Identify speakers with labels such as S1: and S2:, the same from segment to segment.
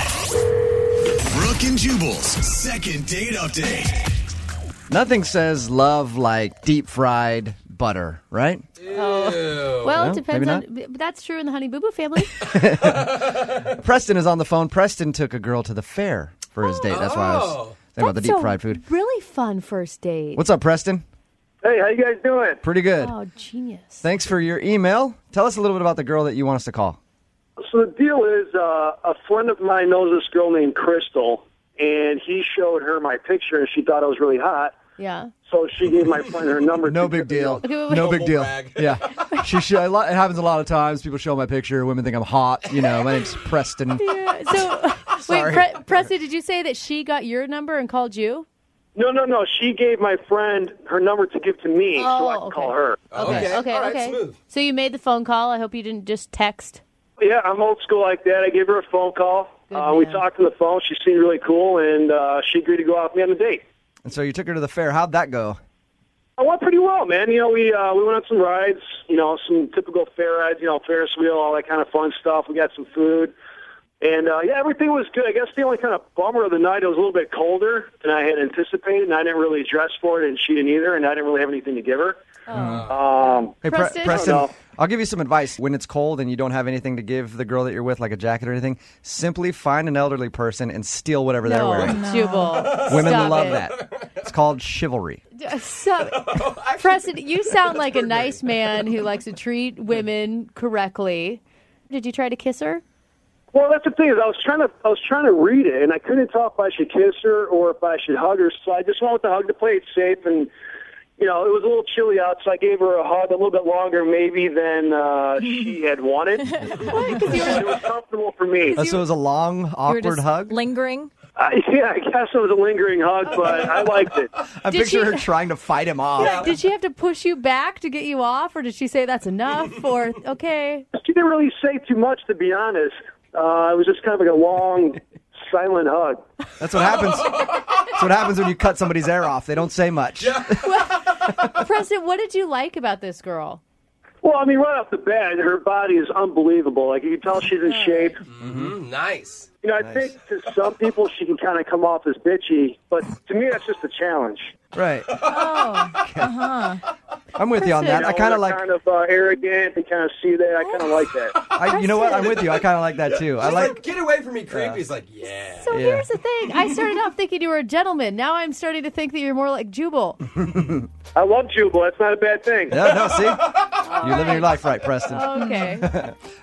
S1: 101.5. Brooke and Jubal's second date update.
S2: Nothing says love like deep fried butter, right?
S3: Well,
S2: No,
S3: it depends
S2: Oh, maybe
S3: on. But that's true in the Honey Boo Boo family.
S2: Preston is on the phone. Preston took a girl to the fair for his date. That's why I was thinking about the
S3: That's
S2: deep
S3: a
S2: fried food.
S3: Really fun first date.
S2: What's up, Preston?
S4: Hey, how you guys doing?
S2: Pretty good.
S3: oh, genius.
S2: Thanks for your email. Tell us a little bit about the girl that you want us to call.
S4: So the deal is, uh, a friend of mine knows this girl named Crystal, and he showed her my picture, and she thought I was really hot.
S3: Yeah.
S4: So she gave my friend her number.
S2: No
S4: to-
S2: big deal.
S3: Okay, wait,
S2: No
S3: wait.
S2: big deal.
S5: brag.
S2: Yeah, she, she, a lot, it happens a lot of times. People show my picture. Women think I'm hot. You know, my name's Preston.
S3: Yeah, So, wait, Pre- Presley, did you say that she got your number and called you?
S4: No, no, no. She gave my friend her number to give to me, so I
S3: Oh,
S4: could call
S3: okay.
S4: her.
S3: Okay. Okay.
S5: All right,
S3: okay.
S5: smooth.
S3: So you made the phone call. I hope you didn't just text.
S4: Yeah, I'm old school like that. I gave her a phone call.
S3: Good
S4: Uh, we
S3: man.
S4: talked on the phone. She seemed really cool, and uh, she agreed to go out with me on a date.
S2: And so you took her to the fair. How'd that go?
S4: I went pretty well, man. You know, we uh, we went on some rides. You know, some typical fair rides. You know, Ferris wheel, all that kind of fun stuff. We got some food, and uh, yeah, everything was good. I guess the only kind of bummer of the night it was a little bit colder than I had anticipated, and I didn't really dress for it, and she didn't either, and I didn't really have anything to give her. Um,
S2: Hey, Pre-
S3: Preston?
S2: Preston,
S4: Oh, no.
S2: I'll give you some advice. When it's cold and you don't have anything to give the girl that you're with, like a jacket or anything, simply find an elderly person and steal whatever they're wearing.
S3: Jubal.
S2: Women
S3: Stop
S2: love
S3: it.
S2: that. It's called chivalry.
S3: So, Preston, you sound like a nice man who likes to treat women correctly. Did you try to kiss her?
S4: Well, that's the thing is, I was trying to I was trying to read it, and I couldn't tell if I should kiss her or if I should hug her. So I just went with the hug to play it safe, and you know, it was a little chilly out, so I gave her a hug a little bit longer, maybe than uh, she had wanted. it was comfortable for me.
S2: Uh, so it was a long, awkward
S6: just
S2: hug.
S6: Lingering.
S4: I, yeah, I guess it was a lingering hug, but I liked it.
S2: I
S3: Did
S2: picture
S3: she-
S2: her trying to fight him off.
S3: Did she have to push you back to get you off, or did she say that's enough? Or okay,
S4: She didn't really say too much, to be honest. Uh, it was just kind of like a long, silent hug.
S2: That's what happens. That's what happens when you cut somebody's air off. They don't say much.
S3: Preston, what did you like about this girl?
S4: Well, I mean, right off the bat, her body is unbelievable. Like you can tell she's in shape.
S5: Mm, nice.
S4: You know, I think to some people she can kind of come off as bitchy, but to me that's just a challenge.
S2: Right. Oh.
S3: uh-huh.
S2: I'm with you on that. I kind
S4: You know,
S2: of like.
S4: kind of uh, arrogant. You kind of see that. I kind of like that.
S2: I, you know what? I'm with you. I kind of like that too. I
S5: He's like,
S2: like.
S5: get away from me, creep. He's like, yeah.
S3: So
S2: Yeah.
S3: here's the thing: I started off thinking you were a gentleman. Now I'm starting to think that you're more like Jubal.
S4: I love Jubal. That's not a bad thing.
S2: No, no. See, you're living your life right, Preston.
S3: Oh, Okay,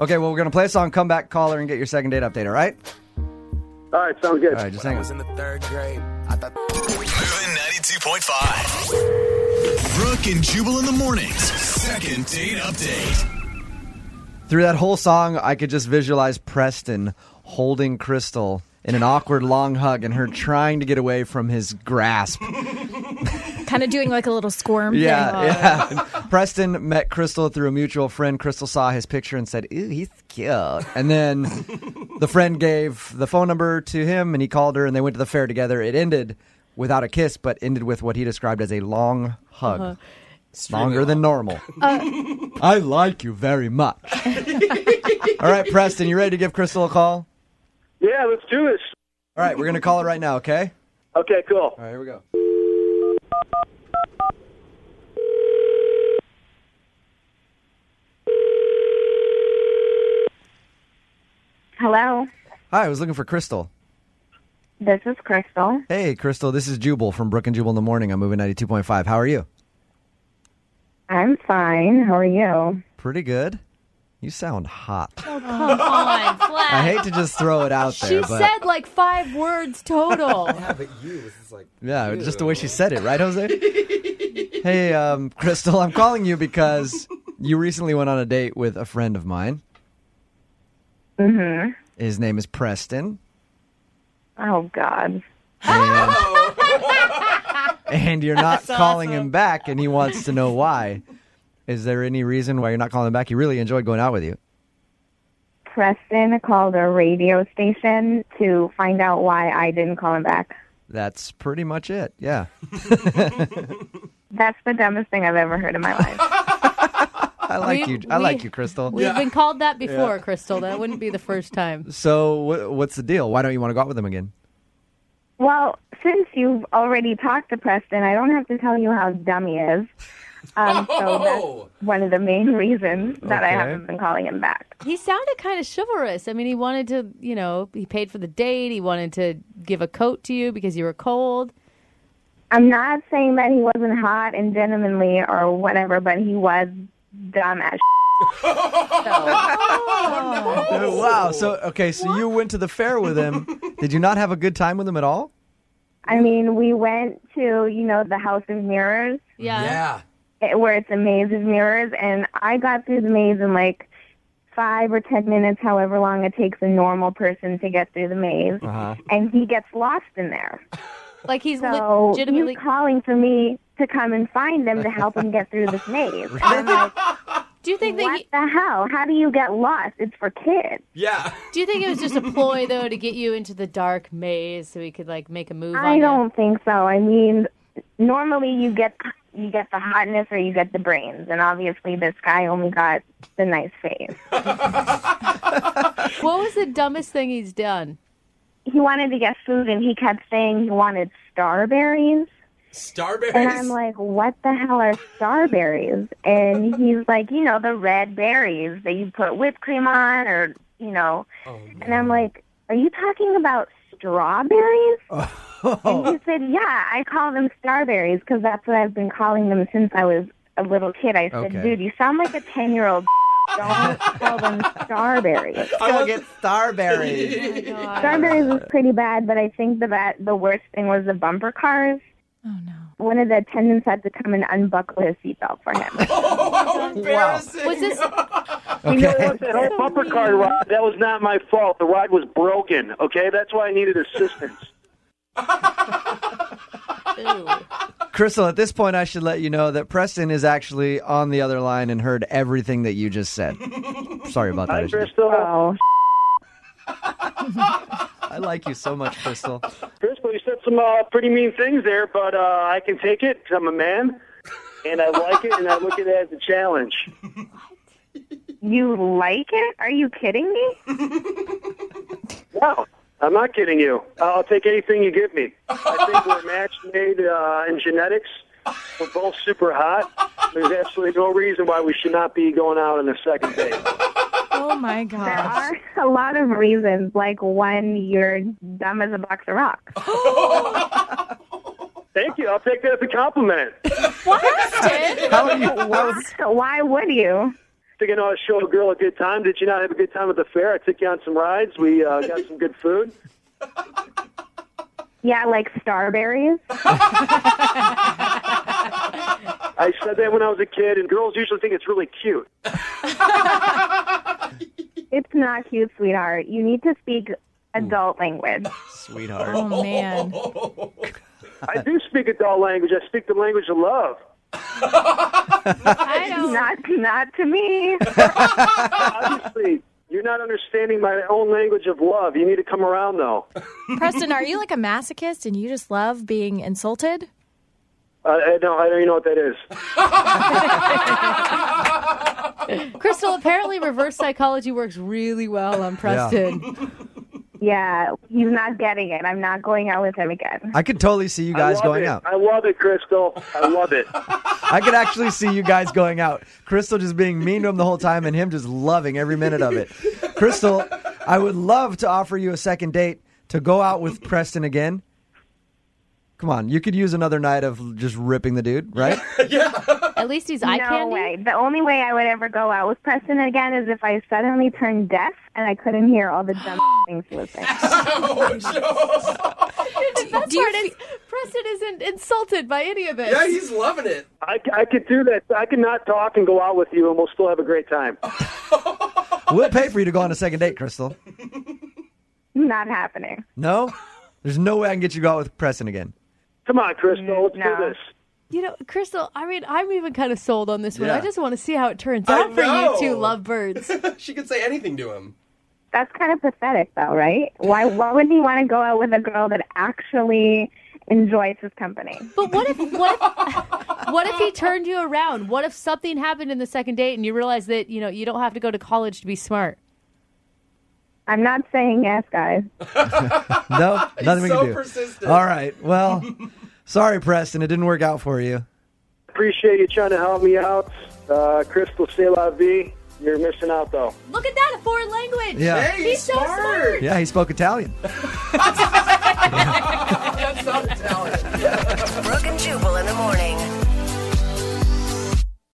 S2: Okay, well, we're going to play a song, come back, caller, and get your second date update, all right?
S4: All right, sounds good.
S2: All right, just hang on.
S7: in the third grade. I thought
S1: Moving 92.5. Brooke and Jubal in the mornings. Second date update.
S2: Through that whole song, I could just visualize Preston holding Crystal in an awkward long hug and her trying to get away from his grasp.
S6: Kind of doing like a little squirm
S2: Yeah,
S6: thing.
S2: yeah. Preston met Crystal through a mutual friend. Crystal saw his picture and said, Ooh, he's cute. And then the friend gave the phone number to him and he called her and they went to the fair together. It ended without a kiss, but ended with what he described as a long hug. Longer than normal. I like you very much. All right, Preston, you ready to give Crystal a call?
S4: Yeah, let's do this.
S2: All right, we're going to call her right now, okay?
S4: Okay, cool.
S2: All right, here we go.
S8: Hello,
S2: Hi, I was looking for Crystal.
S8: this is Crystal.
S2: Hey, Crystal, this is Jubal from Brook and Jubal in the Morning. I'm moving 92.5. How are you?
S8: I'm fine. How are you?
S2: Pretty good. You sound hot.
S3: Oh, come on,
S2: I
S3: Flash.
S2: hate to just throw it out there,
S3: She
S2: but
S3: said like five words total.
S5: Yeah, but you was just like,
S2: yeah,
S5: ew.
S2: just the way she said it, right, Jose? hey, um, Crystal, I'm calling you because you recently went on a date with a friend of mine.
S8: Mhm.
S2: His name is Preston,
S8: Oh God.
S2: and, and you're not calling him back, and he wants to know why. Is there any reason why you're not calling him back? He really enjoyed going out with you.
S8: Preston called a radio station to find out why I didn't call him back.
S2: That's pretty much it. Yeah.
S8: That's the dumbest thing I've ever heard in my life.
S2: I like
S3: We-
S2: you. I
S3: we-
S2: like you, Crystal.
S3: We've been called that before, Crystal. That wouldn't be the first time.
S2: So wh- what's the deal? Why don't you want to go out with him again?
S8: Well, since you've already talked to Preston, I don't have to tell you how dumb he is. Um, So
S5: Oh!
S8: that's one of the main reasons that I
S2: Okay.
S8: haven't been calling him back.
S3: He sounded kind of chivalrous. I mean, he wanted to, you know, he paid for the date. He wanted to give a coat to you because you were cold.
S8: I'm not saying that he wasn't hot and gentlemanly or whatever, but he was dumb as.
S2: Oh, wow. So okay. So you went to the fair with him. Did you not have a good time with him at all?
S8: I mean, we went to you know the House of Mirrors.
S3: Yeah.
S5: Yeah.
S8: it- where it's a maze of mirrors, and I got through the maze in like five or ten minutes, however long it takes a normal person to get through the maze, and he gets lost in there.
S3: Like he's
S8: So
S3: legitimately.
S8: he's calling for me to come and find him to help him get through this maze. I'm like,
S3: do you think that?
S8: what
S3: He,
S8: the hell? How do you get lost? It's for kids.
S5: Yeah.
S3: do you think it was just a ploy though to get you into the dark maze so he could like make a move? on
S8: I
S3: you?
S8: don't think so. I mean, normally you get you get the hotness or you get the brains, and obviously this guy only got the nice face.
S3: What was the dumbest thing he's done?
S8: he wanted to get food and he kept saying he wanted starberries.
S5: Starberries.
S8: And I'm like, what the hell are starberries? And he's like, you know, the red berries that you put whipped cream on or, you know. and I'm like, are you talking about strawberries? And he said, yeah, I call them starberries because that's what I've been calling them since I was a little kid. I said,
S2: Okay.
S8: dude, you sound like a 10 year old. Don't call them starberries.
S2: Go get starberry.
S8: Strawberries was pretty bad, but I think the bad, the worst thing was the bumper cars.
S6: Oh no.
S8: One of the attendants had to come and unbuckle his seatbelt for him.
S5: Embarrassing.
S3: Was this
S4: You know what? That whole bumper car ride, that was not my fault. The ride was broken, okay? That's why I needed assistance.
S2: Crystal, at this point, I should let you know that Preston is actually on the other line and heard everything that you just said. Sorry about that.
S4: Hi,
S2: I should-
S4: Crystal.
S8: So
S2: I like you so much, Crystal.
S4: Crystal, you said some uh, pretty mean things there, but uh, I can take it 'cause I'm a man. And I like it, and I look at it as a challenge.
S8: you like it? Are you kidding me?
S4: No, I'm not kidding you. I'll take anything you give me. I think we're match made uh, in genetics. We're both super hot. There's absolutely no reason why we should not be going out on a second date.
S6: Oh my
S8: There
S6: god.
S8: are a lot of reasons, like when you're dumb as a box of rocks.
S4: Thank you. I'll take that as a compliment.
S2: How are you? How was-
S8: So why would you?
S4: Thinking I'll show a girl a good time. Did you not have a good time at the fair? I took you on some rides. We uh, got some good food.
S8: Yeah, like starberries.
S4: I said that when I was a kid, and girls usually think it's really cute.
S8: It's not cute, sweetheart. You need to speak
S6: Hmm.
S8: adult language.
S2: sweetheart.
S6: Oh man.
S4: I do speak adult language. I speak the language of love.
S3: I don't.
S8: Not, not to me.
S4: Obviously, you're not understanding my own language of love. You need to come around, though.
S6: Preston, are you like a masochist and you just love being insulted?
S4: Uh, I don't, I don't even know what that is.
S3: Crystal, apparently reverse psychology works really well on Preston.
S8: Yeah, he's not getting it. I'm not going out with him again.
S2: I could totally see you
S4: I
S2: guys
S4: love
S2: going
S4: it.
S2: out.
S4: I love it, Crystal. I love it.
S2: I could actually see you guys going out. Crystal just being mean to him the whole time and him just loving every minute of it. Crystal, I would love to offer you a second date to go out with Preston again. Come on, you could use another night of just ripping the dude, right?
S3: At least he's eye
S8: no
S3: candy.
S8: way. The only way I would ever go out with Preston again is if I suddenly turned deaf and I couldn't hear all the dumb things he was saying.
S3: That's part is Preston isn't insulted by any of it.
S5: yeah, he's loving it.
S4: I, I could do that. I could not talk and go out with you, and we'll still have a great time.
S2: We'll pay for you to go on a second date, Crystal.
S8: Not happening.
S2: No? There's no way I can get you to go out with Preston again.
S4: Come on, Crystal. Let's
S8: No.
S4: do this.
S3: you know, Crystal, I mean, I'm even kind of sold on this one.
S2: Yeah.
S3: I just want to see how it turns
S5: I
S3: out for
S5: know.
S3: you two lovebirds.
S5: She could say anything to him.
S8: That's kind of pathetic, though, right? Why? Why would he want to go out with a girl that actually enjoys his company?
S3: But what if what if what if he turned you around? What if something happened in the second date and you realized that, you know, you don't have to go to college to be smart?
S8: I'm not saying yes, guys.
S2: No, nothing we
S5: so
S2: can do.
S5: persistent.
S2: All right. Well, sorry, Preston. It didn't work out for you.
S4: Appreciate you trying to help me out. Uh, Crystal, say la vie. You're missing out, though.
S3: Look at that, a foreign language.
S2: Yeah.
S5: Hey,
S3: He's so smart.
S2: Yeah, he spoke Italian.